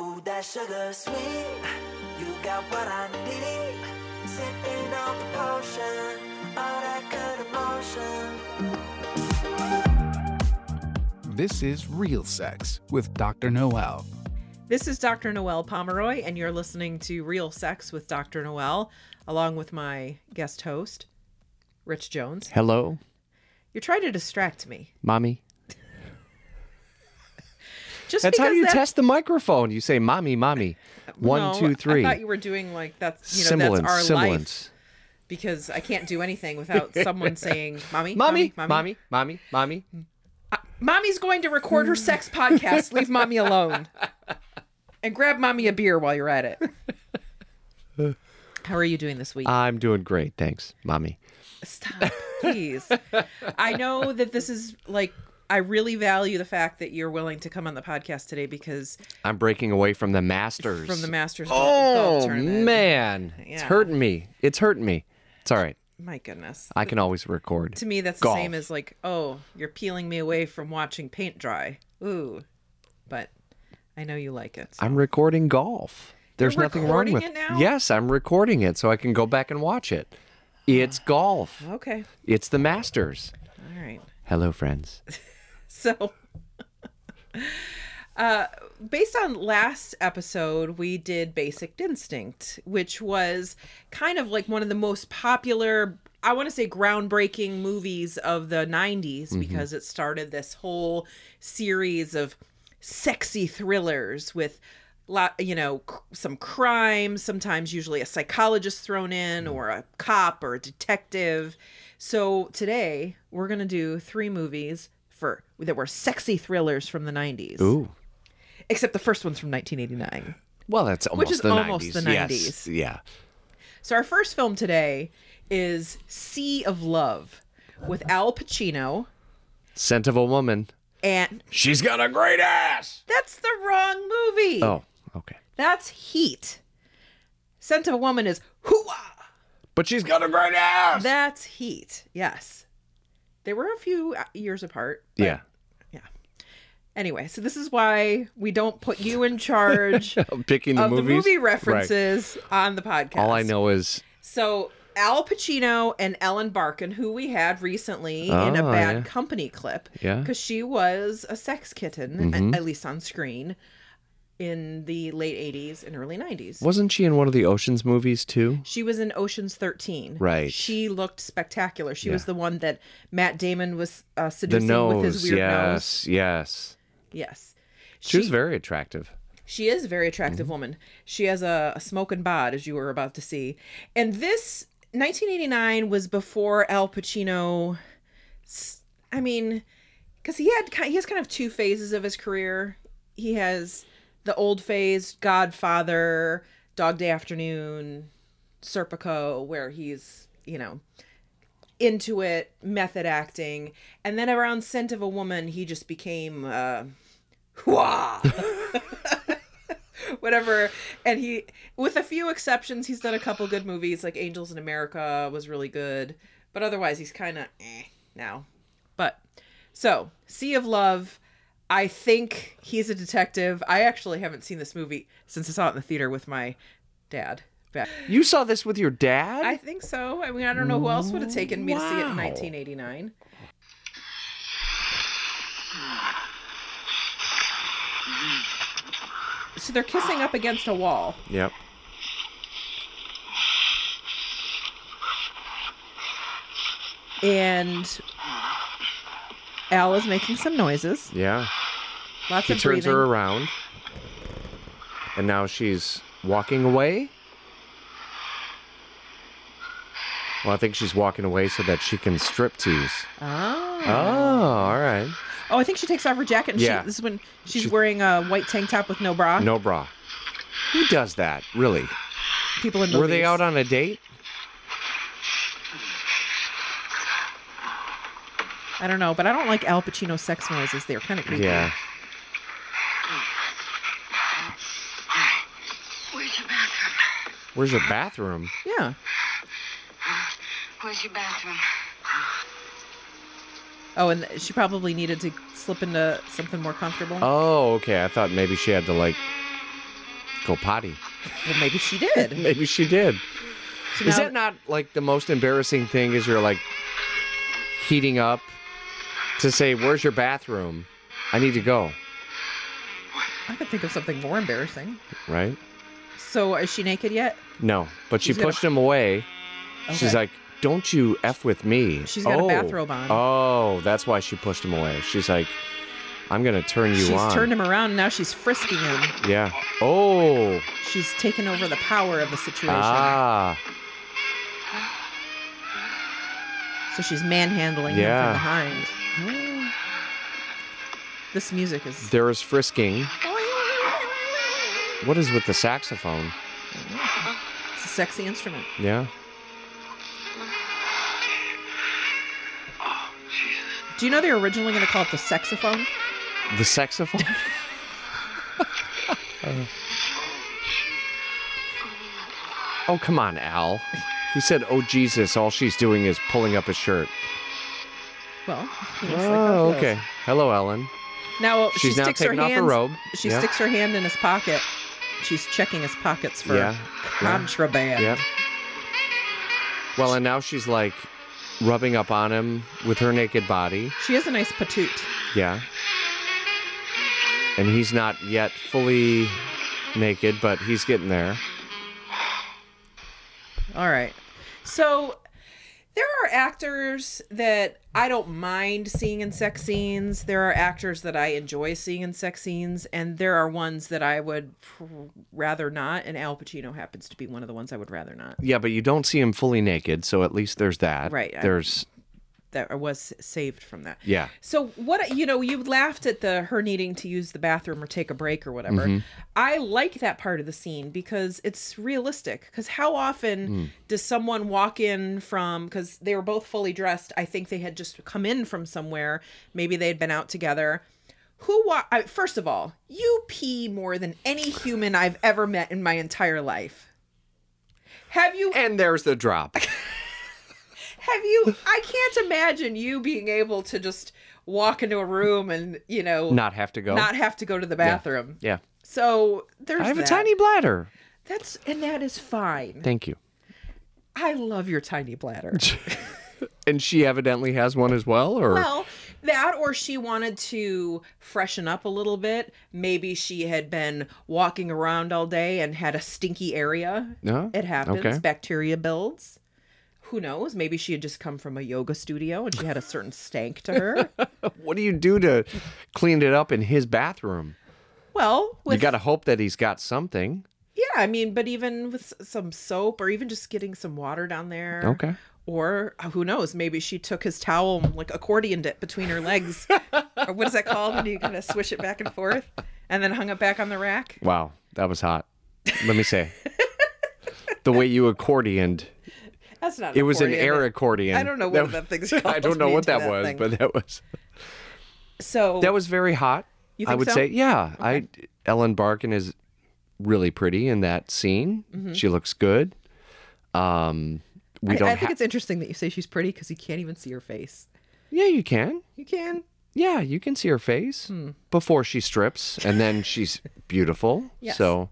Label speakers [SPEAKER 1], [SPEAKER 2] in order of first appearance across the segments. [SPEAKER 1] Ooh, that sugar sweet. You got what I need. Sipping on the potion, all that good emotion.
[SPEAKER 2] This is Real Sex with Dr. Noel.
[SPEAKER 3] This is Dr. Noel Pomeroy, and you're listening to Real Sex with Dr. Noel, along with my guest host, Rich Jones.
[SPEAKER 4] Hello,
[SPEAKER 3] You're trying to distract me.
[SPEAKER 4] mommy.
[SPEAKER 3] Just
[SPEAKER 4] That's how
[SPEAKER 3] because
[SPEAKER 4] you
[SPEAKER 3] that-
[SPEAKER 4] test the microphone. You say, "Mommy, mommy."
[SPEAKER 3] No,
[SPEAKER 4] One, two, three.
[SPEAKER 3] I thought you were doing like that's you know
[SPEAKER 4] Semblance,
[SPEAKER 3] that's our life
[SPEAKER 4] semblance.
[SPEAKER 3] because I can't do anything without someone saying, "Mommy,
[SPEAKER 4] Mommy,
[SPEAKER 3] mommy,
[SPEAKER 4] mommy, mommy, mommy.
[SPEAKER 3] mommy's going to record her sex podcast. Leave mommy alone, and grab mommy a beer while you're at it." How are you doing this week?
[SPEAKER 4] I'm doing great, thanks, mommy.
[SPEAKER 3] Stop, please. I know that this is like I really value the fact that you're willing to come on the podcast today because
[SPEAKER 4] I'm breaking away from the Masters.
[SPEAKER 3] from the Masters Gol- golf
[SPEAKER 4] Oh
[SPEAKER 3] tournament.
[SPEAKER 4] man, it's
[SPEAKER 3] Yeah.
[SPEAKER 4] hurting me. It's hurting me. It's all right.
[SPEAKER 3] My goodness.
[SPEAKER 4] I can always record.
[SPEAKER 3] to me that's
[SPEAKER 4] Golf.
[SPEAKER 3] the same as like, oh, you're peeling me away from watching paint dry. Ooh. But I know you like it.
[SPEAKER 4] I'm recording golf. There's
[SPEAKER 3] You're
[SPEAKER 4] nothing wrong
[SPEAKER 3] recording
[SPEAKER 4] with
[SPEAKER 3] it now?
[SPEAKER 4] Yes, I'm recording it so I can go back and watch it. It's golf.
[SPEAKER 3] Okay.
[SPEAKER 4] It's the Masters.
[SPEAKER 3] All right.
[SPEAKER 4] Hello, friends.
[SPEAKER 3] So, uh, based on last episode, we did Basic Instinct, which was kind of like one of the most popular, I want to say groundbreaking movies of the 90s because it started this whole series of sexy thrillers with lot you know cr- some crime sometimes usually a psychologist thrown in or a cop or a detective so today we're going to do three movies for that were sexy thrillers from the 90s
[SPEAKER 4] Ooh.
[SPEAKER 3] except the first one's from 1989
[SPEAKER 4] Well, that's almost
[SPEAKER 3] is
[SPEAKER 4] the
[SPEAKER 3] almost
[SPEAKER 4] 90s.
[SPEAKER 3] the
[SPEAKER 4] Yes. Yeah.
[SPEAKER 3] so our first film today is sea of love with al pacino
[SPEAKER 4] Scent of a woman.
[SPEAKER 3] and
[SPEAKER 4] She's got a great ass.
[SPEAKER 3] that's the wrong movie
[SPEAKER 4] Oh, okay.
[SPEAKER 3] that's heat scent of a woman is hooah
[SPEAKER 4] But she's got a great ass.
[SPEAKER 3] That's Heat. Yes. They were a few uh, years apart. but
[SPEAKER 4] yeah.
[SPEAKER 3] Anyway, so this is why we don't put you in charge of
[SPEAKER 4] I'm picking the
[SPEAKER 3] the
[SPEAKER 4] movies.
[SPEAKER 3] movie
[SPEAKER 4] Right.
[SPEAKER 3] references on the podcast.
[SPEAKER 4] All I know is
[SPEAKER 3] So Al Pacino and Ellen Barkin, who we had recently in a
[SPEAKER 4] Oh,
[SPEAKER 3] Bad
[SPEAKER 4] yeah.
[SPEAKER 3] Company clip,
[SPEAKER 4] Yeah. Mm-hmm.
[SPEAKER 3] because she was a sex kitten, a- at least on screen, in the late '80s and early '90s.
[SPEAKER 4] wasn't she in one of the Ocean's movies too?
[SPEAKER 3] She was in Ocean's 13.
[SPEAKER 4] Right.
[SPEAKER 3] She looked spectacular. She was the one that Matt Damon was uh,
[SPEAKER 4] The
[SPEAKER 3] seducing
[SPEAKER 4] nose.
[SPEAKER 3] with his weird nose.
[SPEAKER 4] yes. Yes.
[SPEAKER 3] Yes.
[SPEAKER 4] She, was very attractive.
[SPEAKER 3] She is a very attractive woman. She has a, a smoking bod, as you were about to see. And this 1989 was before Al Pacino. s- I mean, because he had ki- he has kind of two phases of his career. He has the old phase, Godfather, Dog Day Afternoon, Serpico, where he's you know into it, method acting, and then around Scent of a Woman, he just became. Uh, Wah! whatever. And he, with a few exceptions, he's done a couple good movies like Angels in America was really good, but otherwise he's kind of eh now. But so Sea of Love, I think he's a detective. I actually haven't seen this movie since I saw it in the theater with my dad. Back.
[SPEAKER 4] You saw this with your dad?
[SPEAKER 3] I think so. I mean, I don't know who else would have taken me to see it in
[SPEAKER 4] Wow.
[SPEAKER 3] 1989. So they're kissing up against a wall.
[SPEAKER 4] Yep.
[SPEAKER 3] and Al is making some noises.
[SPEAKER 4] Yeah.
[SPEAKER 3] Lots
[SPEAKER 4] He
[SPEAKER 3] of
[SPEAKER 4] turns
[SPEAKER 3] breathing.
[SPEAKER 4] her around. And now she's walking away. Well, I think she's walking away so that she can strip tease. Oh,
[SPEAKER 3] Oh.
[SPEAKER 4] all right.
[SPEAKER 3] oh, I think she takes off her jacket. And
[SPEAKER 4] Yeah.
[SPEAKER 3] she, this is when she's wearing a white tank top with no bra.
[SPEAKER 4] No bra. Who does that? Really?
[SPEAKER 3] People in movies.
[SPEAKER 4] Were they out on a date?
[SPEAKER 3] I don't know, but I don't like Al Pacino's sex noises. They're kind of creepy.
[SPEAKER 4] Yeah.
[SPEAKER 5] Where's your bathroom?
[SPEAKER 4] Where's your bathroom?
[SPEAKER 3] Yeah.
[SPEAKER 5] Where's your bathroom?
[SPEAKER 3] Oh, and she probably needed to slip into something more comfortable.
[SPEAKER 4] Oh, okay. I thought maybe she had to like go potty.
[SPEAKER 3] Well, maybe she did.
[SPEAKER 4] Maybe she did.
[SPEAKER 3] So
[SPEAKER 4] Is
[SPEAKER 3] now-
[SPEAKER 4] that not like the most embarrassing thing? Is you're like heating up to say, "Where's your bathroom? I need to go."
[SPEAKER 3] I could think of something more embarrassing.
[SPEAKER 4] Right?
[SPEAKER 3] So is she naked yet?
[SPEAKER 4] No, but she
[SPEAKER 3] She's got a-
[SPEAKER 4] pushed him away. She's
[SPEAKER 3] Okay.
[SPEAKER 4] like, "Don't you f with me."
[SPEAKER 3] She's got a
[SPEAKER 4] oh.
[SPEAKER 3] bathrobe on.
[SPEAKER 4] Oh, that's why she pushed him away. She's like, "I'm gonna turn you
[SPEAKER 3] she's
[SPEAKER 4] on."
[SPEAKER 3] turned him around and now she's frisking him.
[SPEAKER 4] yeah. Oh.
[SPEAKER 3] She's taken over the power of the situation.
[SPEAKER 4] Ah.
[SPEAKER 3] So she's manhandling him
[SPEAKER 4] Yeah.
[SPEAKER 3] from behind. This music is
[SPEAKER 4] There is frisking.
[SPEAKER 3] Oh,
[SPEAKER 4] What is with the saxophone?
[SPEAKER 3] it's a sexy instrument.
[SPEAKER 4] Yeah.
[SPEAKER 3] Do you know they were originally going to call it the saxophone?
[SPEAKER 4] The saxophone? oh, come on, Al. He said, Oh, Jesus, all she's doing is pulling up his shirt.
[SPEAKER 3] Well, he looks like how
[SPEAKER 4] Oh,
[SPEAKER 3] he feels.
[SPEAKER 4] okay. Hello, Ellen.
[SPEAKER 3] Now
[SPEAKER 4] She's
[SPEAKER 3] she
[SPEAKER 4] now
[SPEAKER 3] sticks
[SPEAKER 4] taking
[SPEAKER 3] her
[SPEAKER 4] off her
[SPEAKER 3] hands,
[SPEAKER 4] robe.
[SPEAKER 3] She
[SPEAKER 4] Yeah.
[SPEAKER 3] sticks her hand in his pocket. She's checking his pockets for
[SPEAKER 4] Yeah. Yeah.
[SPEAKER 3] contraband.
[SPEAKER 4] Yep. Well, and now she's like rubbing up on him with her naked body.
[SPEAKER 3] She has a nice patoot.
[SPEAKER 4] Yeah. And he's not yet fully naked, but he's getting there.
[SPEAKER 3] All right. So there are actors that I don't mind seeing in sex scenes. There are actors that I enjoy seeing in sex scenes, and there are ones that I would pr- rather not. And Al Pacino happens to be one of the ones I would rather not.
[SPEAKER 4] Yeah, but you don't see him fully naked, so at least there's that.
[SPEAKER 3] Right, I-
[SPEAKER 4] There's
[SPEAKER 3] That I was saved from that.
[SPEAKER 4] Yeah.
[SPEAKER 3] So what you know, you laughed at the her needing to use the bathroom or take a break or whatever. I like that part of the scene because it's realistic. Because how often does someone walk in from? Because they were both fully dressed. I think they had just come in from somewhere. Maybe they had been out together. Who? Wa- I, first of all, you pee more than any human I've ever met in my entire life. Have you
[SPEAKER 4] And there's the drop.
[SPEAKER 3] have you? I can't imagine you being able to just walk into a room and you know
[SPEAKER 4] Not have to go.
[SPEAKER 3] not have to go to the bathroom.
[SPEAKER 4] yeah.
[SPEAKER 3] So there's
[SPEAKER 4] I have
[SPEAKER 3] that.
[SPEAKER 4] a tiny bladder.
[SPEAKER 3] That's and that is fine.
[SPEAKER 4] Thank you.
[SPEAKER 3] I love your tiny bladder.
[SPEAKER 4] And she evidently has one as well, or
[SPEAKER 3] well, that or she wanted to freshen up a little bit. Maybe she had been walking around all day and had a stinky area.
[SPEAKER 4] no?
[SPEAKER 3] It happens.
[SPEAKER 4] Okay.
[SPEAKER 3] Bacteria builds. Who knows? Maybe she had just come from a yoga studio and she had a certain stank to her.
[SPEAKER 4] What do you do to clean it up in his bathroom?
[SPEAKER 3] Well, with
[SPEAKER 4] You got to hope that he's got something.
[SPEAKER 3] Yeah, I mean, but even with s- some soap or even just getting some water down there.
[SPEAKER 4] Okay.
[SPEAKER 3] Or uh, who knows? Maybe she took his towel and like accordioned it between her legs. or what is that called? When you kind of swish it back and forth and then hung it back on the rack.
[SPEAKER 4] Wow, that was hot. Let me say, the way you accordioned,
[SPEAKER 3] That's not.
[SPEAKER 4] it was an
[SPEAKER 3] accordion.
[SPEAKER 4] air accordion.
[SPEAKER 3] I don't know what that
[SPEAKER 4] was-
[SPEAKER 3] thing's called.
[SPEAKER 4] I don't know
[SPEAKER 3] Me
[SPEAKER 4] what
[SPEAKER 3] do
[SPEAKER 4] that,
[SPEAKER 3] that
[SPEAKER 4] was,
[SPEAKER 3] thing.
[SPEAKER 4] but that was
[SPEAKER 3] So
[SPEAKER 4] that was very hot.
[SPEAKER 3] You
[SPEAKER 4] I
[SPEAKER 3] think
[SPEAKER 4] would
[SPEAKER 3] so?
[SPEAKER 4] say, yeah. I Ellen Barkin is really pretty in that scene. She looks good. Um,
[SPEAKER 3] Mm-hmm.
[SPEAKER 4] we
[SPEAKER 3] I,
[SPEAKER 4] don't.
[SPEAKER 3] I think
[SPEAKER 4] ha-
[SPEAKER 3] it's interesting that you say she's pretty because you can't even see her face.
[SPEAKER 4] yeah, you can.
[SPEAKER 3] You can.
[SPEAKER 4] Yeah, you can see her face
[SPEAKER 3] Hmm.
[SPEAKER 4] before she strips, and then she's beautiful.
[SPEAKER 3] Yes.
[SPEAKER 4] So,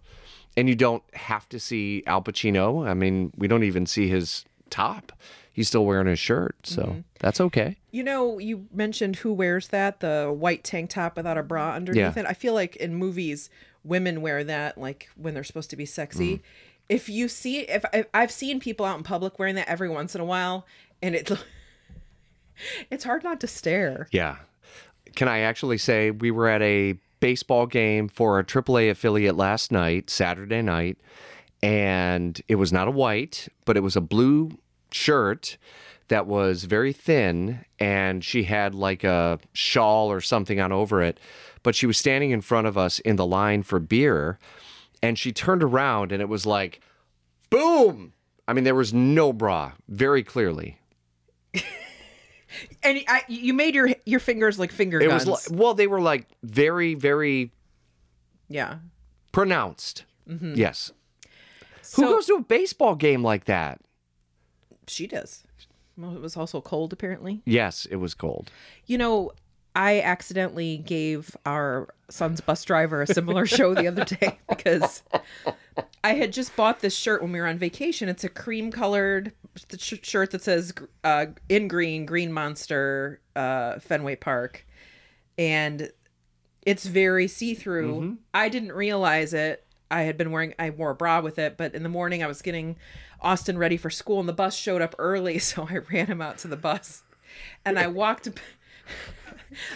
[SPEAKER 4] and you don't have to see Al Pacino. I mean, we don't even see his top. He's still wearing his shirt, so
[SPEAKER 3] Mm-hmm.
[SPEAKER 4] that's okay.
[SPEAKER 3] You know, you mentioned who wears that, the white tank top without a bra underneath
[SPEAKER 4] Yeah.
[SPEAKER 3] it. I feel like in movies, women wear that like when they're supposed to be
[SPEAKER 4] Mm.
[SPEAKER 3] sexy. If you see, if, if I've seen people out in public wearing that every once in a while, and it, it's hard not to stare.
[SPEAKER 4] Yeah. Can I actually say we were at a baseball game for a AAA affiliate last night, Saturday night, and it was not a white, but it was a blue shirt that was very thin and she had like a shawl or something on over it, but she was standing in front of us in the line for beer and she turned around and it was like boom. I mean there was no bra, very clearly.
[SPEAKER 3] And I, you made your your fingers like finger
[SPEAKER 4] It
[SPEAKER 3] guns.
[SPEAKER 4] was like, well they were like very very
[SPEAKER 3] yeah.
[SPEAKER 4] pronounced. Yes.
[SPEAKER 3] Mm-hmm. So,
[SPEAKER 4] Who goes to a baseball game like that?
[SPEAKER 3] She does. Well, it was also cold apparently.
[SPEAKER 4] Yes, it was cold.
[SPEAKER 3] You know, I accidentally gave our son's bus driver a similar show the other day because I had just bought this shirt when we were on vacation. It's a cream colored sh- shirt that says uh, in green, Green Monster, uh, Fenway Park. And it's very see through.
[SPEAKER 4] Mm-hmm.
[SPEAKER 3] I didn't realize it. I had been wearing, I wore a bra with it, but in the morning I was getting Austin ready for school and the bus showed up early. So I ran him out to the bus and I walked.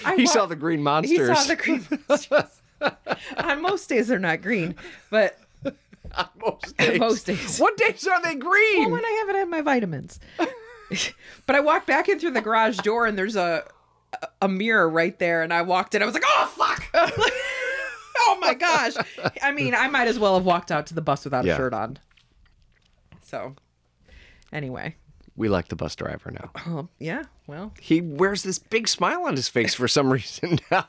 [SPEAKER 3] I
[SPEAKER 4] He
[SPEAKER 3] walked-
[SPEAKER 4] saw the green
[SPEAKER 3] he
[SPEAKER 4] monsters.
[SPEAKER 3] saw the green monsters. On most days they're not green, but
[SPEAKER 4] most, days.
[SPEAKER 3] most days.
[SPEAKER 4] What days are they green?
[SPEAKER 3] when I haven't had my vitamins. but I walked back in through the garage door and there's a a mirror right there, and I walked in. I was like, oh fuck. oh my gosh. I mean, I might as well have walked out to the bus without
[SPEAKER 4] Yeah.
[SPEAKER 3] a shirt on. So, anyway,
[SPEAKER 4] we like the bus driver now.
[SPEAKER 3] well, yeah, well,
[SPEAKER 4] He wears this big smile on his face for some reason now.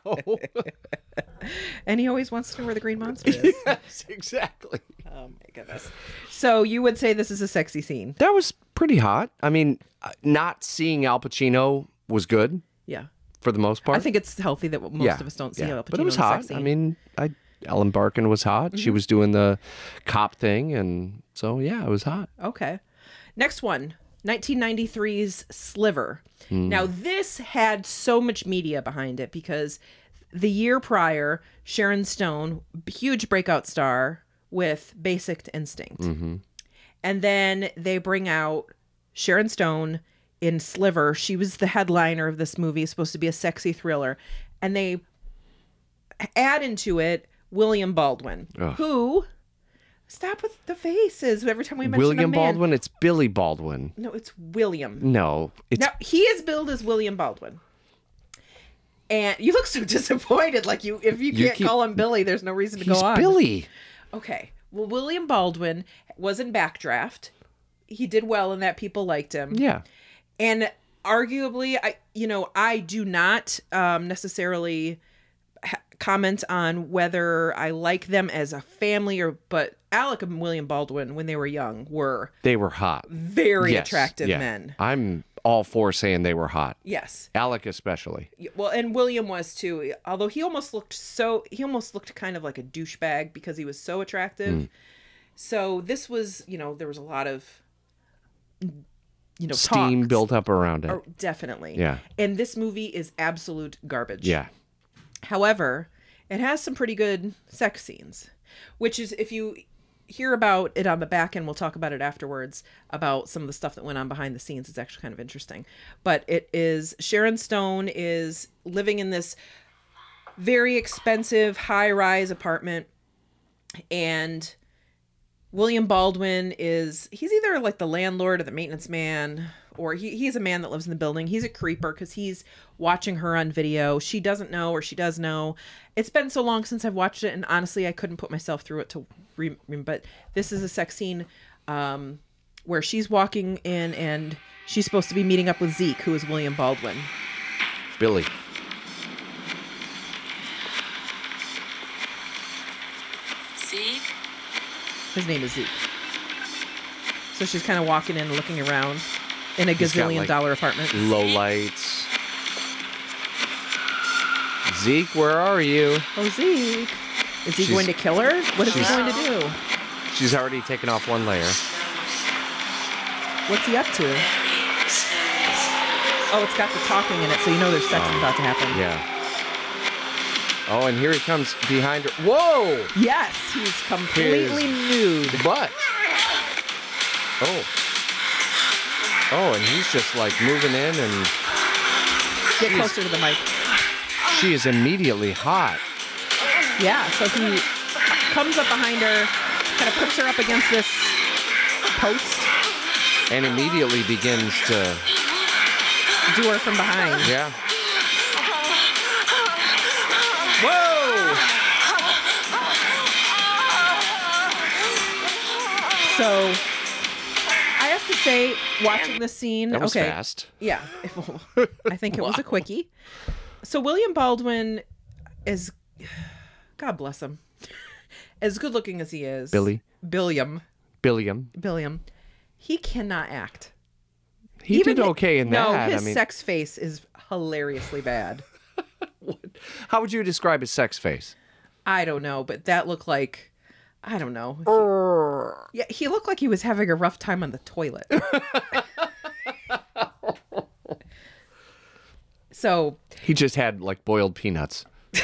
[SPEAKER 3] and he always wants to know where the green monster is.
[SPEAKER 4] yes, exactly.
[SPEAKER 3] oh my goodness. So you would say this is a sexy scene?
[SPEAKER 4] That was pretty hot. I mean, uh, not seeing Al Pacino was good
[SPEAKER 3] Yeah.
[SPEAKER 4] for the most part.
[SPEAKER 3] I think it's healthy that most
[SPEAKER 4] Yeah,
[SPEAKER 3] of us don't see
[SPEAKER 4] yeah.
[SPEAKER 3] Al Pacino
[SPEAKER 4] But it was
[SPEAKER 3] in a
[SPEAKER 4] hot.
[SPEAKER 3] sex scene. Mm-hmm.
[SPEAKER 4] I mean, I Ellen Barkin was hot. She was doing the cop thing, and so yeah, it was hot.
[SPEAKER 3] Okay. Next one 1993's Sliver. Now, this had so much media behind it because the year prior, Sharon Stone, huge breakout star with Basic Instinct.
[SPEAKER 4] Mm-hmm.
[SPEAKER 3] And then they bring out Sharon Stone in Sliver. She was the headliner of this movie, It's supposed to be a sexy thriller. And they add into it William Baldwin, who. Stop with the faces. Every time we mention a
[SPEAKER 4] William
[SPEAKER 3] man.
[SPEAKER 4] Baldwin. It's Billy Baldwin.
[SPEAKER 3] No, it's William.
[SPEAKER 4] No, it's
[SPEAKER 3] No, he is billed as William Baldwin. And you look so disappointed. Like you, if you
[SPEAKER 4] You
[SPEAKER 3] can't
[SPEAKER 4] keep-
[SPEAKER 3] call him Billy, there's no reason to go
[SPEAKER 4] he's
[SPEAKER 3] on.
[SPEAKER 4] Billy.
[SPEAKER 3] Okay. Well, William Baldwin was in Backdraft. He did well in that. People liked him.
[SPEAKER 4] Yeah,
[SPEAKER 3] And arguably, I, you know, I do not um, necessarily ha- comment on whether I like them as a family or, but Alec and William Baldwin, when they were young, were
[SPEAKER 4] they were hot.
[SPEAKER 3] very
[SPEAKER 4] Yes,
[SPEAKER 3] attractive
[SPEAKER 4] yeah.
[SPEAKER 3] men.
[SPEAKER 4] I'm all for saying they were hot.
[SPEAKER 3] Yes.
[SPEAKER 4] Alec especially.
[SPEAKER 3] Y- well and william was too although he almost looked so he almost looked kind of like a douchebag because he was so attractive
[SPEAKER 4] Mm.
[SPEAKER 3] so this was you know there was a lot of you know
[SPEAKER 4] Steam
[SPEAKER 3] talks.
[SPEAKER 4] built up around it.
[SPEAKER 3] Oh, definitely
[SPEAKER 4] Yeah.
[SPEAKER 3] and this movie is absolute garbage
[SPEAKER 4] Yeah.
[SPEAKER 3] however it has some pretty good sex scenes which is if you hear about it on the back end we'll talk about it afterwards about some of the stuff that went on behind the scenes it's actually kind of interesting but it is sharon stone is living in this very expensive high rise apartment and William Baldwin is he's either like the landlord or the maintenance man or he, he's a man that lives in the building. He's a creeper because he's watching her on video. She doesn't know or she does know. It's been so long since I've watched it and honestly I couldn't put myself through it to re- re- but this is a sex scene um, where she's walking in and she's supposed to be meeting up with Zeke who is William Baldwin.
[SPEAKER 4] Billy.
[SPEAKER 5] Zeke,
[SPEAKER 3] His name is Zeke. So she's kind of walking in, looking around in a
[SPEAKER 4] He's got,
[SPEAKER 3] gazillion
[SPEAKER 4] like,
[SPEAKER 3] dollar apartment.
[SPEAKER 4] Low lights. Zeke, where are you?
[SPEAKER 3] Oh, Zeke. Is he
[SPEAKER 4] She's-
[SPEAKER 3] going to kill her? What is he
[SPEAKER 4] she's-
[SPEAKER 3] going to do?
[SPEAKER 4] She's already taken off one layer.
[SPEAKER 3] What's he up to? Oh, it's got the talking in it, so you know there's sex about to happen.
[SPEAKER 4] Um, Yeah. Oh, and here he comes behind her. Whoa!
[SPEAKER 3] Yes, he's completely nude.
[SPEAKER 4] But. Oh. Oh, and he's just like moving in, and
[SPEAKER 3] Get closer to the mic.
[SPEAKER 4] she is immediately hot.
[SPEAKER 3] Yeah, so he comes up behind her, kind of puts her up against this post,
[SPEAKER 4] and immediately begins to
[SPEAKER 3] do her from behind.
[SPEAKER 4] yeah whoa
[SPEAKER 3] So I have to say, watching this scene,
[SPEAKER 4] that was
[SPEAKER 3] okay,
[SPEAKER 4] fast
[SPEAKER 3] Yeah. I think it was a quickie. So William Baldwin is God bless him. As good looking as he is.
[SPEAKER 4] Billy.
[SPEAKER 3] Billiam.
[SPEAKER 4] billiam
[SPEAKER 3] Billiam. He cannot act.
[SPEAKER 4] he did okay in
[SPEAKER 3] no,
[SPEAKER 4] that
[SPEAKER 3] his
[SPEAKER 4] i mean
[SPEAKER 3] sex face is hilariously bad.
[SPEAKER 4] How would you describe his sex face?
[SPEAKER 3] I don't know, but that looked like I don't know. He- yeah, he looked like he was having a rough time on the toilet. so,
[SPEAKER 4] He just had like boiled peanuts.
[SPEAKER 3] d-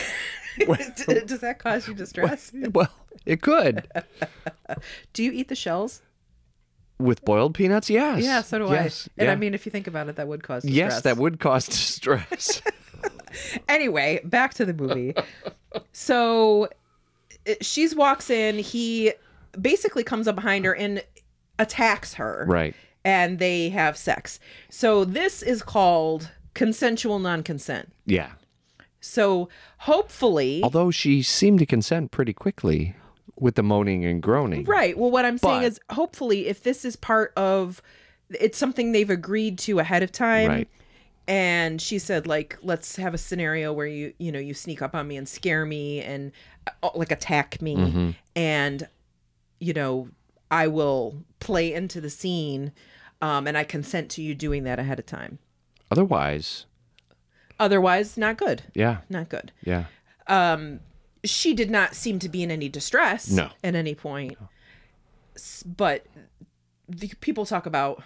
[SPEAKER 3] does that cause you distress?
[SPEAKER 4] Well, it could.
[SPEAKER 3] Do you eat the shells?
[SPEAKER 4] With boiled peanuts, yes.
[SPEAKER 3] Yeah, so do
[SPEAKER 4] yes.
[SPEAKER 3] I. And I
[SPEAKER 4] yeah.
[SPEAKER 3] mean, if you think about it, that would cause distress.
[SPEAKER 4] yes, that would cause distress.
[SPEAKER 3] Anyway, back to the movie. so it- she's walks in. He basically comes up behind her and attacks her.
[SPEAKER 4] right.
[SPEAKER 3] And they have sex. So this is called consensual non-consent.
[SPEAKER 4] Yeah.
[SPEAKER 3] So hopefully,
[SPEAKER 4] Although she seemed to consent pretty quickly with the moaning and groaning.
[SPEAKER 3] right. Well, what I'm saying
[SPEAKER 4] But-
[SPEAKER 3] is, hopefully, if this is part of, it's something they've agreed to ahead of time.
[SPEAKER 4] Right.
[SPEAKER 3] and she said like let's have a scenario where you you know you sneak up on me and scare me and uh, like attack me and you know i will play into the scene um, and i consent to you doing that ahead of time
[SPEAKER 4] Otherwise,
[SPEAKER 3] otherwise not good
[SPEAKER 4] yeah.
[SPEAKER 3] not good
[SPEAKER 4] Yeah.
[SPEAKER 3] she did not seem to be in any distress
[SPEAKER 4] No.
[SPEAKER 3] at any point S- but the people talk about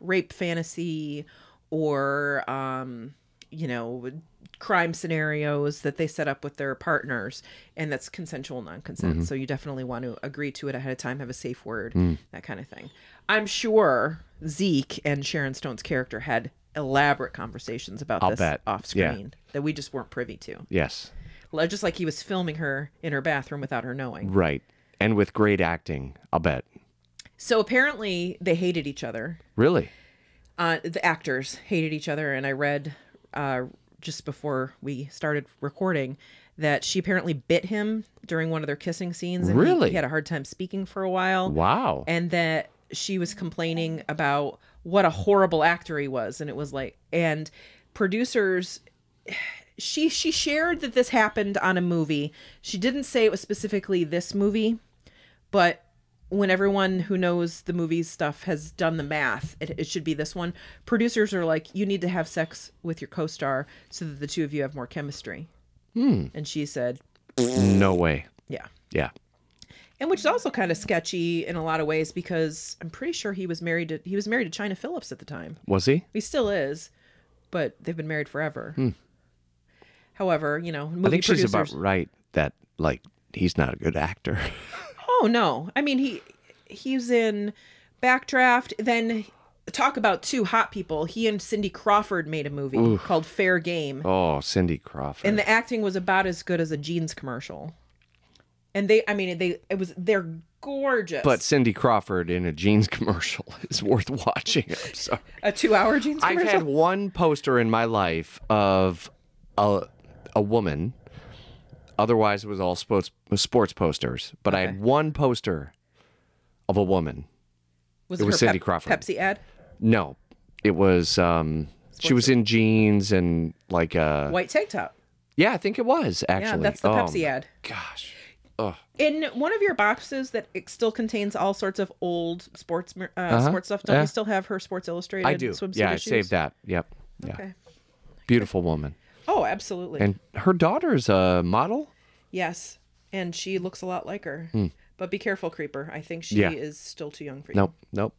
[SPEAKER 3] rape fantasy or um you know crime scenarios that they set up with their partners and that's consensual non-consent
[SPEAKER 4] Mm-hmm.
[SPEAKER 3] so you definitely want to agree to it ahead of time have a safe word
[SPEAKER 4] Mm.
[SPEAKER 3] that kind of thing i'm sure zeke and sharon stone's character had elaborate conversations about
[SPEAKER 4] I'll
[SPEAKER 3] this
[SPEAKER 4] bet.
[SPEAKER 3] off
[SPEAKER 4] Yeah.
[SPEAKER 3] screen that we just weren't privy to
[SPEAKER 4] Yes.
[SPEAKER 3] Li- just like he was filming her in her bathroom without her knowing.
[SPEAKER 4] Right. And with great acting, I'll bet.
[SPEAKER 3] So apparently they hated each other.
[SPEAKER 4] Really?
[SPEAKER 3] Uh, the actors hated each other, and I read uh, just before we started recording that she apparently bit him during one of their kissing scenes. And he-
[SPEAKER 4] Really?
[SPEAKER 3] he had a hard time speaking for a while.
[SPEAKER 4] Wow.
[SPEAKER 3] and that she was complaining about what a horrible actor he was and it was like and producers she she shared that this happened on a movie she didn't say it was specifically this movie but when everyone who knows the movie stuff has done the math it, it should be this one producers are like you need to have sex with your co-star so that the two of you have more chemistry and she said
[SPEAKER 4] no way.
[SPEAKER 3] yeah
[SPEAKER 4] Yeah.
[SPEAKER 3] and which is also kind of sketchy in a lot of ways because I'm pretty sure he was married to he was married to China Phillips at the time.
[SPEAKER 4] Was he?
[SPEAKER 3] He still is, but they've been married forever. However, you know, movie
[SPEAKER 4] I Hmm. think she's
[SPEAKER 3] producers.
[SPEAKER 4] about right that like he's not a good actor.
[SPEAKER 3] Oh no, I mean he he's in Backdraft. Then talk about two hot people. He and Cindy Crawford made a movie called Fair Game.
[SPEAKER 4] oh, Cindy Crawford.
[SPEAKER 3] and the acting was about as good as a jeans commercial and they i mean they it was they're gorgeous
[SPEAKER 4] but Cindy Crawford in a jeans commercial is worth watching. I'm sorry.
[SPEAKER 3] a two-hour jeans
[SPEAKER 4] I've
[SPEAKER 3] commercial
[SPEAKER 4] had one poster in my life of a a woman. Otherwise, it was all sports sports posters. But I had one poster of a woman. it was
[SPEAKER 3] her
[SPEAKER 4] Cindy Crawford.
[SPEAKER 3] pepsi ad
[SPEAKER 4] No, it was. Um, she was in jeans and like a.
[SPEAKER 3] white tank top
[SPEAKER 4] Yeah, I think it was Uh, actually.
[SPEAKER 3] yeah that's the
[SPEAKER 4] Oh,
[SPEAKER 3] pepsi ad
[SPEAKER 4] Gosh.
[SPEAKER 3] in one of your boxes that it still contains all sorts of old sports mer- uh, sports stuff don't
[SPEAKER 4] Uh-huh. yeah.
[SPEAKER 3] you still have her sports illustrated
[SPEAKER 4] I do.
[SPEAKER 3] swimsuit
[SPEAKER 4] Yeah, I
[SPEAKER 3] issues?
[SPEAKER 4] saved that. Yep. Yeah.
[SPEAKER 3] okay
[SPEAKER 4] Beautiful woman.
[SPEAKER 3] oh absolutely
[SPEAKER 4] And her daughter's a model?
[SPEAKER 3] yes and she looks a lot like her but be careful creeper i think she
[SPEAKER 4] Hmm. Yeah.
[SPEAKER 3] is still too young for you
[SPEAKER 4] Nope. Nope.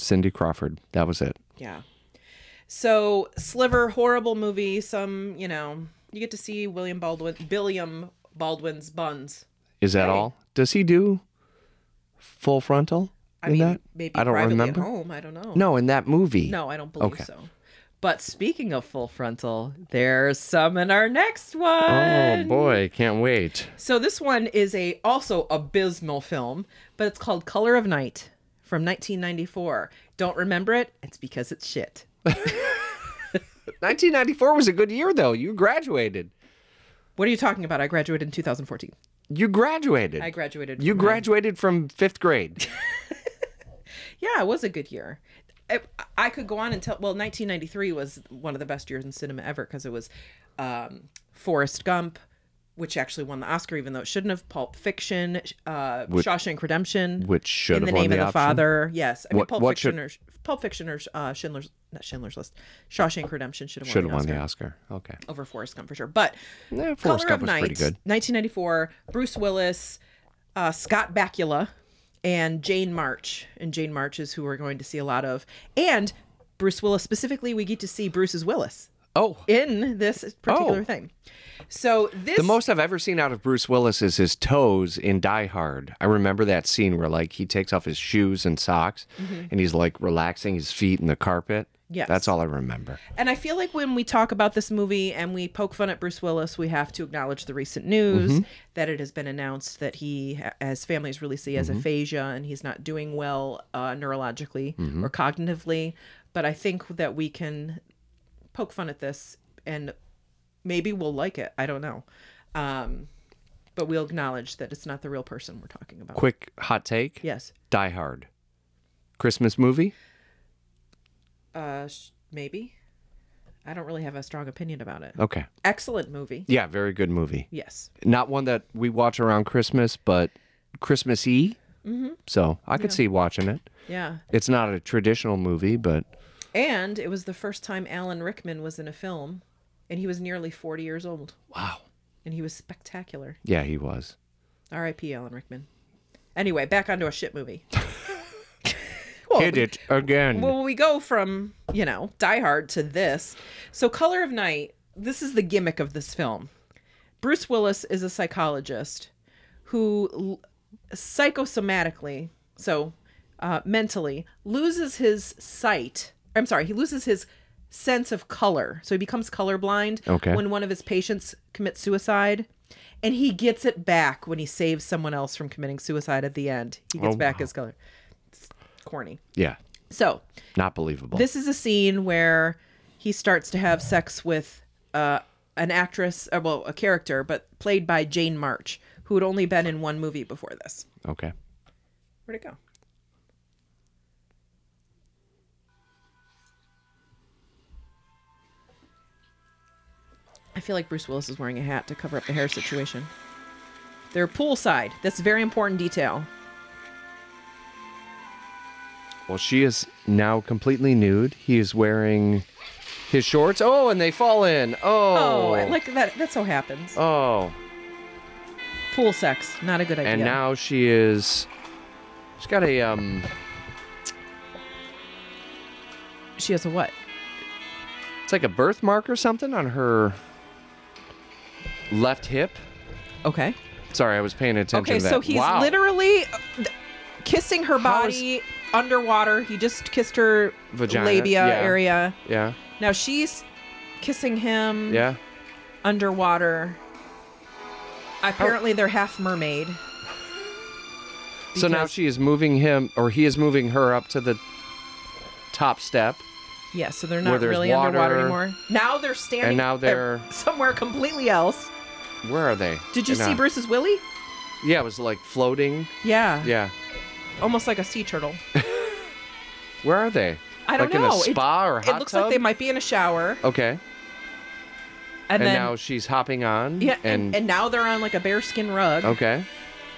[SPEAKER 4] Cindy Crawford. That was it.
[SPEAKER 3] Yeah. So Sliver, horrible movie. Some, you know, you get to see William Baldwin, William Baldwin's buns.
[SPEAKER 4] Is that all? Does he do full frontal?
[SPEAKER 3] I
[SPEAKER 4] in
[SPEAKER 3] mean,
[SPEAKER 4] that?
[SPEAKER 3] maybe
[SPEAKER 4] I don't
[SPEAKER 3] privately
[SPEAKER 4] remember.
[SPEAKER 3] at home. I don't know.
[SPEAKER 4] No, in that movie.
[SPEAKER 3] no, I don't believe
[SPEAKER 4] Okay.
[SPEAKER 3] so. But speaking of full frontal, there's some in our next one.
[SPEAKER 4] Oh boy, can't wait.
[SPEAKER 3] So this one is a also abysmal film, but it's called Color of Night from 1994. Don't remember it? It's because it's shit.
[SPEAKER 4] 1994 was a good year though. You graduated.
[SPEAKER 3] What are you talking about? I graduated in 2014.
[SPEAKER 4] You graduated.
[SPEAKER 3] I graduated.
[SPEAKER 4] You
[SPEAKER 3] from my-
[SPEAKER 4] graduated from 5th grade.
[SPEAKER 3] Yeah, it was a good year. I, I could go on and tell. Well, 1993 was one of the best years in cinema ever because it was um, Forrest Gump, which actually won the Oscar, even though it shouldn't have. Pulp Fiction, uh,
[SPEAKER 4] Which-
[SPEAKER 3] Shawshank Redemption,
[SPEAKER 4] which should
[SPEAKER 3] in
[SPEAKER 4] have
[SPEAKER 3] the
[SPEAKER 4] won
[SPEAKER 3] name
[SPEAKER 4] the
[SPEAKER 3] of the
[SPEAKER 4] option.
[SPEAKER 3] father. Yes, I mean
[SPEAKER 4] What-
[SPEAKER 3] Pulp
[SPEAKER 4] what
[SPEAKER 3] Fiction
[SPEAKER 4] should-
[SPEAKER 3] or Pulp Fiction or uh, Schindler's not Schindler's List, Shawshank Redemption should have
[SPEAKER 4] Should
[SPEAKER 3] won,
[SPEAKER 4] have
[SPEAKER 3] the
[SPEAKER 4] won the
[SPEAKER 3] Oscar
[SPEAKER 4] Oscar. Okay.
[SPEAKER 3] over Forrest Gump for sure. But
[SPEAKER 4] Yeah,
[SPEAKER 3] Color
[SPEAKER 4] Forrest Gump
[SPEAKER 3] of
[SPEAKER 4] was
[SPEAKER 3] Night,
[SPEAKER 4] pretty good.
[SPEAKER 3] 1994, Bruce Willis, uh, Scott Bakula, and Jane March. And Jane March is who we're going to see a lot of. And Bruce Willis specifically, we get to see Bruce's Willis
[SPEAKER 4] Oh,
[SPEAKER 3] in this particular
[SPEAKER 4] Oh.
[SPEAKER 3] thing. So this
[SPEAKER 4] the most I've ever seen out of Bruce Willis is his toes in Die Hard. I remember that scene where like he takes off his shoes and socks, and he's like relaxing his feet in the carpet.
[SPEAKER 3] Mm-hmm. Yes.
[SPEAKER 4] that's all I remember.
[SPEAKER 3] And I feel like when we talk about this movie and we poke fun at Bruce Willis, we have to acknowledge the recent news that it has been announced that he, as families release, he has aphasia and he's not doing well uh, neurologically or cognitively. But I think that we can poke fun at this and maybe we'll like it. I don't know. Um, but we'll acknowledge that it's not the real person we're talking about.
[SPEAKER 4] Quick hot take.
[SPEAKER 3] Yes.
[SPEAKER 4] Die Hard, Christmas movie.
[SPEAKER 3] Uh, sh- maybe. I don't really have a strong opinion about it.
[SPEAKER 4] Okay.
[SPEAKER 3] Excellent movie.
[SPEAKER 4] Uh, Yeah, very good movie.
[SPEAKER 3] Yes.
[SPEAKER 4] Not one that we watch around Christmas, but Christmas E. Mm-hmm. So I could see watching it.
[SPEAKER 3] Yeah.
[SPEAKER 4] It's not a traditional movie, but
[SPEAKER 3] And it was the first time Alan Rickman was in a film, and he was nearly 40 years old,
[SPEAKER 4] wow.
[SPEAKER 3] and he was spectacular.
[SPEAKER 4] Yeah, he was.
[SPEAKER 3] R.I.P. Alan Rickman. Anyway, back onto a shit movie.
[SPEAKER 4] Hit it again.
[SPEAKER 3] Well, we go from, you know, Die Hard to this. So, Color of Night, this is the gimmick of this film. Bruce Willis is a psychologist who l- psychosomatically, so uh, mentally, loses his sight. I'm sorry, he loses his sense of color. So, he becomes colorblind
[SPEAKER 4] Okay.
[SPEAKER 3] when one of his patients commits suicide. And he gets it back when he saves someone else from committing suicide at the end. He gets
[SPEAKER 4] Oh,
[SPEAKER 3] back
[SPEAKER 4] wow.
[SPEAKER 3] his color. It's corny.
[SPEAKER 4] yeah,
[SPEAKER 3] So,
[SPEAKER 4] not believable.
[SPEAKER 3] this is a scene where he starts to have sex with uh, an actress, or, well, a character, but played by Jane March, who had only been in one movie before this.
[SPEAKER 4] okay.
[SPEAKER 3] Where'd it go? I feel like Bruce Willis is wearing a hat to cover up the hair situation. They're poolside. That's a very important detail.
[SPEAKER 4] Well, she is now completely nude. He is wearing his shorts. Oh, and they fall in.
[SPEAKER 3] Oh,
[SPEAKER 4] Oh.
[SPEAKER 3] I like that. That so happens.
[SPEAKER 4] Oh.
[SPEAKER 3] Pool sex, not a good idea.
[SPEAKER 4] And now she is. She's got a um.
[SPEAKER 3] she has a what?
[SPEAKER 4] It's like a birthmark or something on her left hip.
[SPEAKER 3] Okay.
[SPEAKER 4] Sorry, I was paying attention.
[SPEAKER 3] Okay,
[SPEAKER 4] to that.
[SPEAKER 3] so he's
[SPEAKER 4] Wow.
[SPEAKER 3] literally uh, th- kissing her
[SPEAKER 4] How is-
[SPEAKER 3] body underwater. He just kissed her
[SPEAKER 4] Vagina,
[SPEAKER 3] labia
[SPEAKER 4] yeah.
[SPEAKER 3] area.
[SPEAKER 4] Yeah.
[SPEAKER 3] Now she's kissing him
[SPEAKER 4] Yeah.
[SPEAKER 3] underwater. Apparently, they're half mermaid.
[SPEAKER 4] Oh. So now
[SPEAKER 3] Because-
[SPEAKER 4] she is moving him, or he is moving her up to the top step.
[SPEAKER 3] Yeah, so they're
[SPEAKER 4] Where
[SPEAKER 3] not
[SPEAKER 4] there's
[SPEAKER 3] really underwater
[SPEAKER 4] water.
[SPEAKER 3] anymore. Now they're standing.
[SPEAKER 4] now
[SPEAKER 3] uh,
[SPEAKER 4] they're-
[SPEAKER 3] somewhere completely else.
[SPEAKER 4] Where are they?
[SPEAKER 3] Did you
[SPEAKER 4] And,
[SPEAKER 3] see
[SPEAKER 4] uh,
[SPEAKER 3] Bruce's Willie?
[SPEAKER 4] Yeah, it was like floating.
[SPEAKER 3] Yeah.
[SPEAKER 4] Yeah.
[SPEAKER 3] Almost like a sea turtle.
[SPEAKER 4] Where are they?
[SPEAKER 3] I don't
[SPEAKER 4] like
[SPEAKER 3] know.
[SPEAKER 4] in a spa or a
[SPEAKER 3] it,
[SPEAKER 4] hot
[SPEAKER 3] it looks
[SPEAKER 4] tub?
[SPEAKER 3] like they might be in a shower,
[SPEAKER 4] Okay.
[SPEAKER 3] and,
[SPEAKER 4] And,
[SPEAKER 3] then
[SPEAKER 4] now she's hopping on.
[SPEAKER 3] yeah, and,
[SPEAKER 4] And, Oh.
[SPEAKER 3] and now they're on like a bearskin rug.
[SPEAKER 4] okay.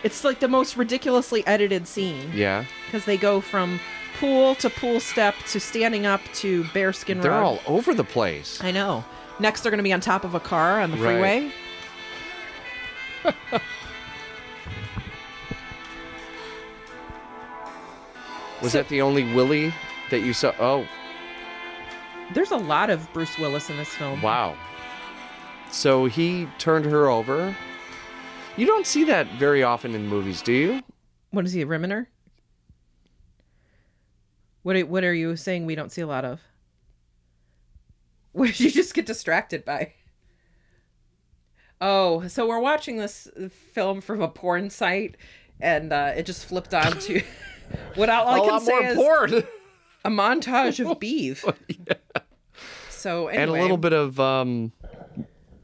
[SPEAKER 3] It's like the most ridiculously edited scene
[SPEAKER 4] Yeah.
[SPEAKER 3] because they go from pool to pool step to standing up to bearskin
[SPEAKER 4] They're
[SPEAKER 3] rug.
[SPEAKER 4] all over the place.
[SPEAKER 3] I know. Next, they're going to be on top of a car on the
[SPEAKER 4] Right.
[SPEAKER 3] freeway.
[SPEAKER 4] Was that the only Willy that you saw? Oh,
[SPEAKER 3] There's a lot of Bruce Willis in this film.
[SPEAKER 4] wow. So he turned her over. You don't see that very often in movies, do you?
[SPEAKER 3] What is he, a Riminer? What are, what are you saying we don't see a lot of? What did you just get distracted by? Oh, so we're watching this film from a porn site, and uh, it just flipped on to what I, all I
[SPEAKER 4] A
[SPEAKER 3] can
[SPEAKER 4] lot
[SPEAKER 3] say
[SPEAKER 4] more
[SPEAKER 3] is
[SPEAKER 4] porn. Oh,
[SPEAKER 3] a montage of beef. So anyway,
[SPEAKER 4] and a little bit of um,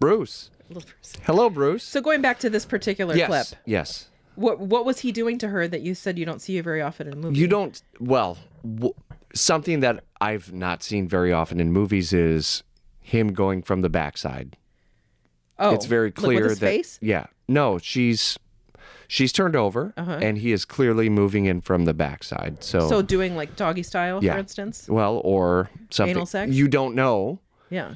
[SPEAKER 4] Bruce.
[SPEAKER 3] little person.
[SPEAKER 4] Hello, Bruce.
[SPEAKER 3] So going back to this particular
[SPEAKER 4] yes.
[SPEAKER 3] clip,
[SPEAKER 4] Yes.
[SPEAKER 3] what what was he doing to her that you said you don't see very often in movies?
[SPEAKER 4] You don't. Well, w- something that I've not seen very often in movies is him going from the backside.
[SPEAKER 3] Oh,
[SPEAKER 4] it's very
[SPEAKER 3] like with
[SPEAKER 4] clear
[SPEAKER 3] his
[SPEAKER 4] that
[SPEAKER 3] face?
[SPEAKER 4] yeah, no, she's she's turned over, and he is clearly moving in from the backside. So,
[SPEAKER 3] Uh-huh. So doing like doggy style,
[SPEAKER 4] yeah,
[SPEAKER 3] for instance.
[SPEAKER 4] well, or something
[SPEAKER 3] Anal sex?
[SPEAKER 4] you don't know,
[SPEAKER 3] Yeah,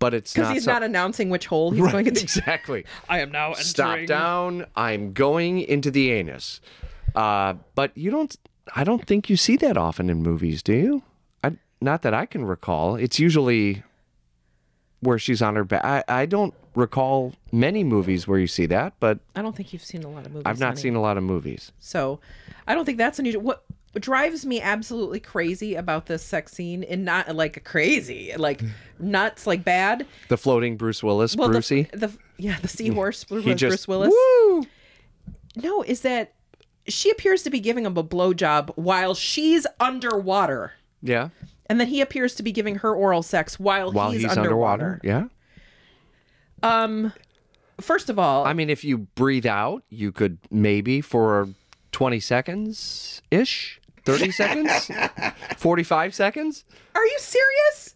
[SPEAKER 4] but it's
[SPEAKER 3] because
[SPEAKER 4] not
[SPEAKER 3] he's
[SPEAKER 4] some-
[SPEAKER 3] not announcing which hole he's going into.
[SPEAKER 4] exactly.
[SPEAKER 3] I am now entering.
[SPEAKER 4] Stop down. I'm going into the anus. Uh, but you don't. I don't think you see that often in movies, do you? I, not that I can recall. It's usually where she's on her back. I, I don't recall many movies where you see that, but
[SPEAKER 3] I don't think you've seen a lot of movies.
[SPEAKER 4] I've not
[SPEAKER 3] honey.
[SPEAKER 4] seen a lot of movies.
[SPEAKER 3] So I don't think that's unusual. What what drives me absolutely crazy about this sex scene, and not like crazy, like nuts, like bad.
[SPEAKER 4] The floating Bruce Willis,
[SPEAKER 3] the-
[SPEAKER 4] Brucey.
[SPEAKER 3] the, yeah, the seahorse, Bruce,
[SPEAKER 4] he just
[SPEAKER 3] Bruce Willis.
[SPEAKER 4] Woo!
[SPEAKER 3] No, is that she appears to be giving him a blowjob while she's underwater,
[SPEAKER 4] Yeah,
[SPEAKER 3] and then he appears to be giving her oral sex while,
[SPEAKER 4] while he's, underwater. Yeah.
[SPEAKER 3] First of all,
[SPEAKER 4] I mean, if you breathe out, you could maybe for 20 seconds ish, 30 seconds, 45 seconds.
[SPEAKER 3] are you serious?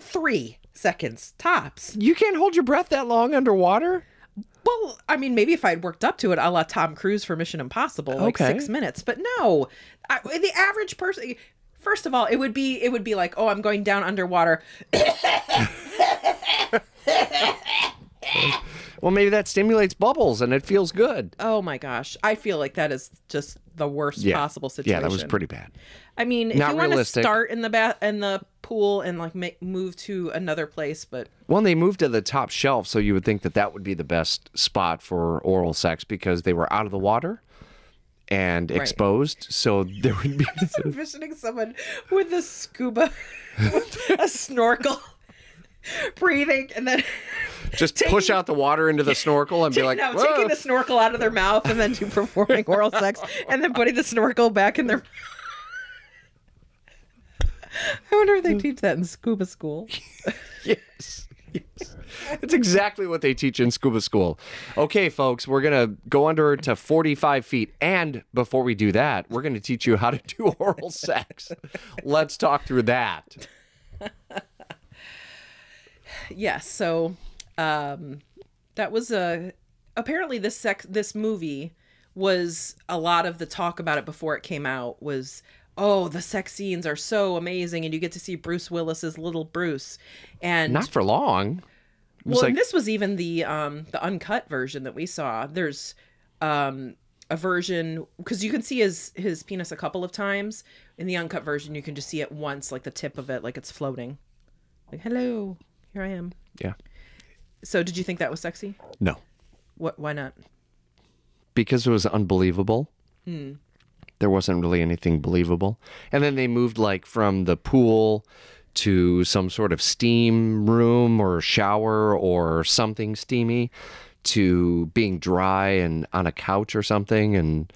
[SPEAKER 3] Three seconds tops.
[SPEAKER 4] You can't hold your breath that long underwater.
[SPEAKER 3] Well, I mean, maybe if I'd worked up to it, a la Tom Cruise for Mission Impossible, like
[SPEAKER 4] Okay.
[SPEAKER 3] six minutes. But no, I, the average person. First of all, it would be it would be like, oh, I'm going down underwater.
[SPEAKER 4] Well, maybe that stimulates bubbles and it feels good.
[SPEAKER 3] Oh my gosh, I feel like that is just the worst possible situation.
[SPEAKER 4] Yeah, that was pretty bad.
[SPEAKER 3] I mean, if
[SPEAKER 4] Not
[SPEAKER 3] you want to
[SPEAKER 4] realistic.
[SPEAKER 3] start in the bath in the pool and like ma- move to another place, but
[SPEAKER 4] Well, and they moved to the top shelf, so you would think that that would be the best spot for oral sex because they were out of the water and exposed. So there would be.
[SPEAKER 3] envisioning someone with a scuba, with a snorkel, breathing, and then
[SPEAKER 4] just push out the water into the snorkel and be like,
[SPEAKER 3] no,
[SPEAKER 4] "Whoa."
[SPEAKER 3] taking the snorkel out of their mouth and then do performing oral sex, and then putting the snorkel back in their. I wonder if they teach that in scuba school.
[SPEAKER 4] yes. yes. That's exactly what they teach in scuba school. Okay, folks, we're going to go under to 45 feet. And before we do that, we're going to teach you how to do oral sex. Let's talk through that.
[SPEAKER 3] yes so um that was a apparently this sex this movie was a lot of the talk about it before it came out was oh the sex scenes are so amazing and you get to see bruce willis's little bruce and
[SPEAKER 4] Not for long.
[SPEAKER 3] well and
[SPEAKER 4] like-
[SPEAKER 3] this was even the um the uncut version that we saw there's um a version because you can see his his penis a couple of times in the uncut version you can just see it once like the tip of it like it's floating like hello here i am
[SPEAKER 4] Yeah.
[SPEAKER 3] so did you think that was sexy?
[SPEAKER 4] No,
[SPEAKER 3] What? Why not?
[SPEAKER 4] because it was unbelievable. There wasn't really anything believable. And then they moved like from the pool to some sort of steam room or shower or something steamy to being dry and on a couch or something. And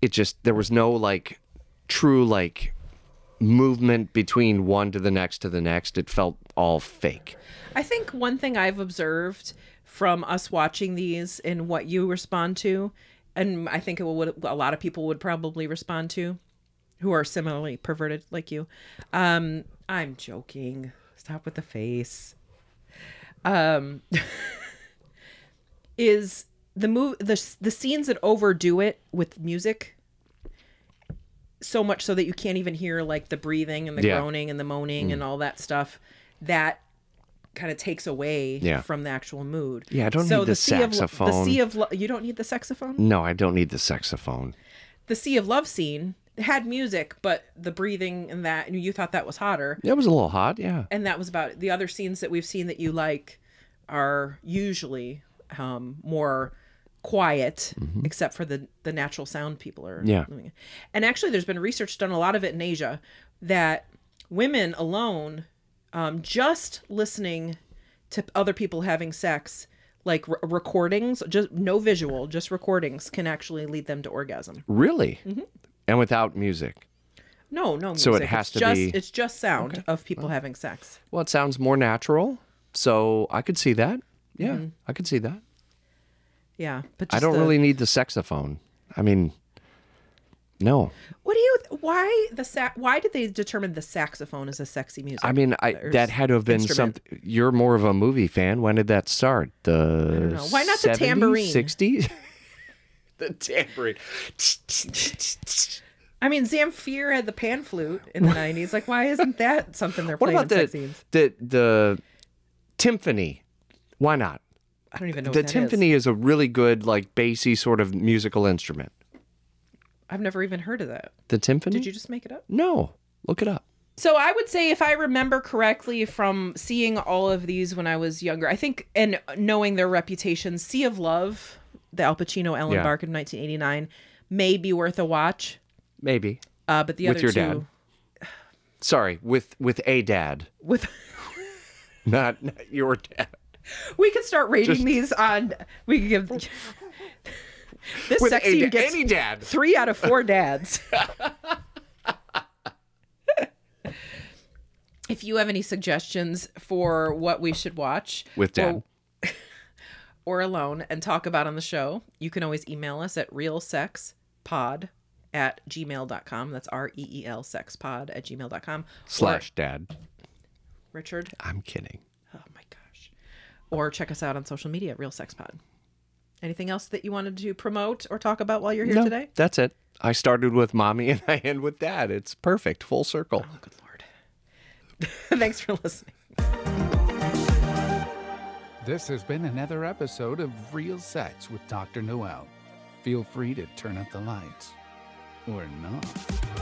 [SPEAKER 4] it just, there was no like true like movement between one to the next to the next. It felt all fake.
[SPEAKER 3] I think one thing I've observed from us watching these and what you respond to, and I think it would a lot of people would probably respond to, who are similarly perverted like you. Um, I'm joking. Stop with the face. Um, is the move the the scenes that overdo it with music so much so that you can't even hear like the breathing and the
[SPEAKER 4] Yeah.
[SPEAKER 3] groaning and the moaning and all that stuff that kind of takes away
[SPEAKER 4] Yeah.
[SPEAKER 3] from the actual mood.
[SPEAKER 4] Yeah, I don't need the
[SPEAKER 3] sea of Lo- the
[SPEAKER 4] saxophone.
[SPEAKER 3] sea of Lo- you don't need the saxophone.
[SPEAKER 4] No, I don't need the saxophone.
[SPEAKER 3] The sea of love scene had music, but the breathing and that and you thought that was hotter.
[SPEAKER 4] It was a little hot. Yeah.
[SPEAKER 3] And that was about it. the other scenes that we've seen that you like are usually um, more quiet, except for the the natural sound people are.
[SPEAKER 4] Mm-hmm. Yeah.
[SPEAKER 3] And actually, there's been research done a lot of it in Asia that women alone, um, just listening to other people having sex, like re- recordings, just no visual, just recordings, can actually lead them to orgasm.
[SPEAKER 4] Really? And without music.
[SPEAKER 3] No, no. Music.
[SPEAKER 4] So it has
[SPEAKER 3] it's
[SPEAKER 4] to
[SPEAKER 3] just,
[SPEAKER 4] be-
[SPEAKER 3] It's just sound of people having sex.
[SPEAKER 4] Well, it sounds more natural. So I could see that. Yeah, I could see that.
[SPEAKER 3] Yeah, but Mm-hmm.
[SPEAKER 4] I
[SPEAKER 3] just
[SPEAKER 4] don't
[SPEAKER 3] the-
[SPEAKER 4] really need the saxophone. I mean, no.
[SPEAKER 3] What do you? why the sa- why did they determine the saxophone as a sexy music?
[SPEAKER 4] I mean, I,
[SPEAKER 3] There's
[SPEAKER 4] that had to have been
[SPEAKER 3] instrument.
[SPEAKER 4] something. You're more of a movie fan. When did that start? The
[SPEAKER 3] don't know. Why not the tambourine?
[SPEAKER 4] Sixties. the tambourine.
[SPEAKER 3] I mean, Zamfir had the pan flute in the nineties. Like, why isn't that something they're
[SPEAKER 4] What
[SPEAKER 3] playing
[SPEAKER 4] about
[SPEAKER 3] in
[SPEAKER 4] the,
[SPEAKER 3] sex scenes?
[SPEAKER 4] the the timpani? Why not?
[SPEAKER 3] I don't even know
[SPEAKER 4] the
[SPEAKER 3] what Oh, that is.
[SPEAKER 4] timpani is. a really good, like bassy sort of musical instrument.
[SPEAKER 3] I've never even heard of that.
[SPEAKER 4] The timpani.
[SPEAKER 3] Did you just make it up?
[SPEAKER 4] No, look it up.
[SPEAKER 3] So I would say, if I remember correctly from seeing all of these when I was younger, I think, and knowing their reputations, Sea of Love, the Al Pacino Ellen
[SPEAKER 4] Yeah.
[SPEAKER 3] Bark of 1989, may be worth a watch.
[SPEAKER 4] Maybe
[SPEAKER 3] Uh, but the
[SPEAKER 4] With
[SPEAKER 3] other
[SPEAKER 4] your
[SPEAKER 3] two,
[SPEAKER 4] dad. sorry with with a dad,
[SPEAKER 3] with
[SPEAKER 4] not, not your dad.
[SPEAKER 3] we could start rating these on. We could give this
[SPEAKER 4] With
[SPEAKER 3] sex
[SPEAKER 4] a
[SPEAKER 3] scene
[SPEAKER 4] dad,
[SPEAKER 3] gets
[SPEAKER 4] any dad.
[SPEAKER 3] three out of four dads. if you have any suggestions for what we should watch
[SPEAKER 4] With
[SPEAKER 3] or-
[SPEAKER 4] dad.
[SPEAKER 3] or alone and talk about on the show, you can always email us at realsexpod at gmail.com. That's R E E L sexpod at gmail.com.
[SPEAKER 4] slash dad.
[SPEAKER 3] Or, Richard.
[SPEAKER 4] I'm kidding.
[SPEAKER 3] Oh my gosh. Or check us out on social media, Real Sex Pod. Anything else that you wanted to promote or talk about while you're here today?
[SPEAKER 4] That's it. I started with mommy and I end with dad. It's perfect, full circle.
[SPEAKER 3] Oh, good lord. Thanks for listening.
[SPEAKER 2] This has been another episode of Real Sex with Dr. Noel. Feel free to turn up the lights. Or not.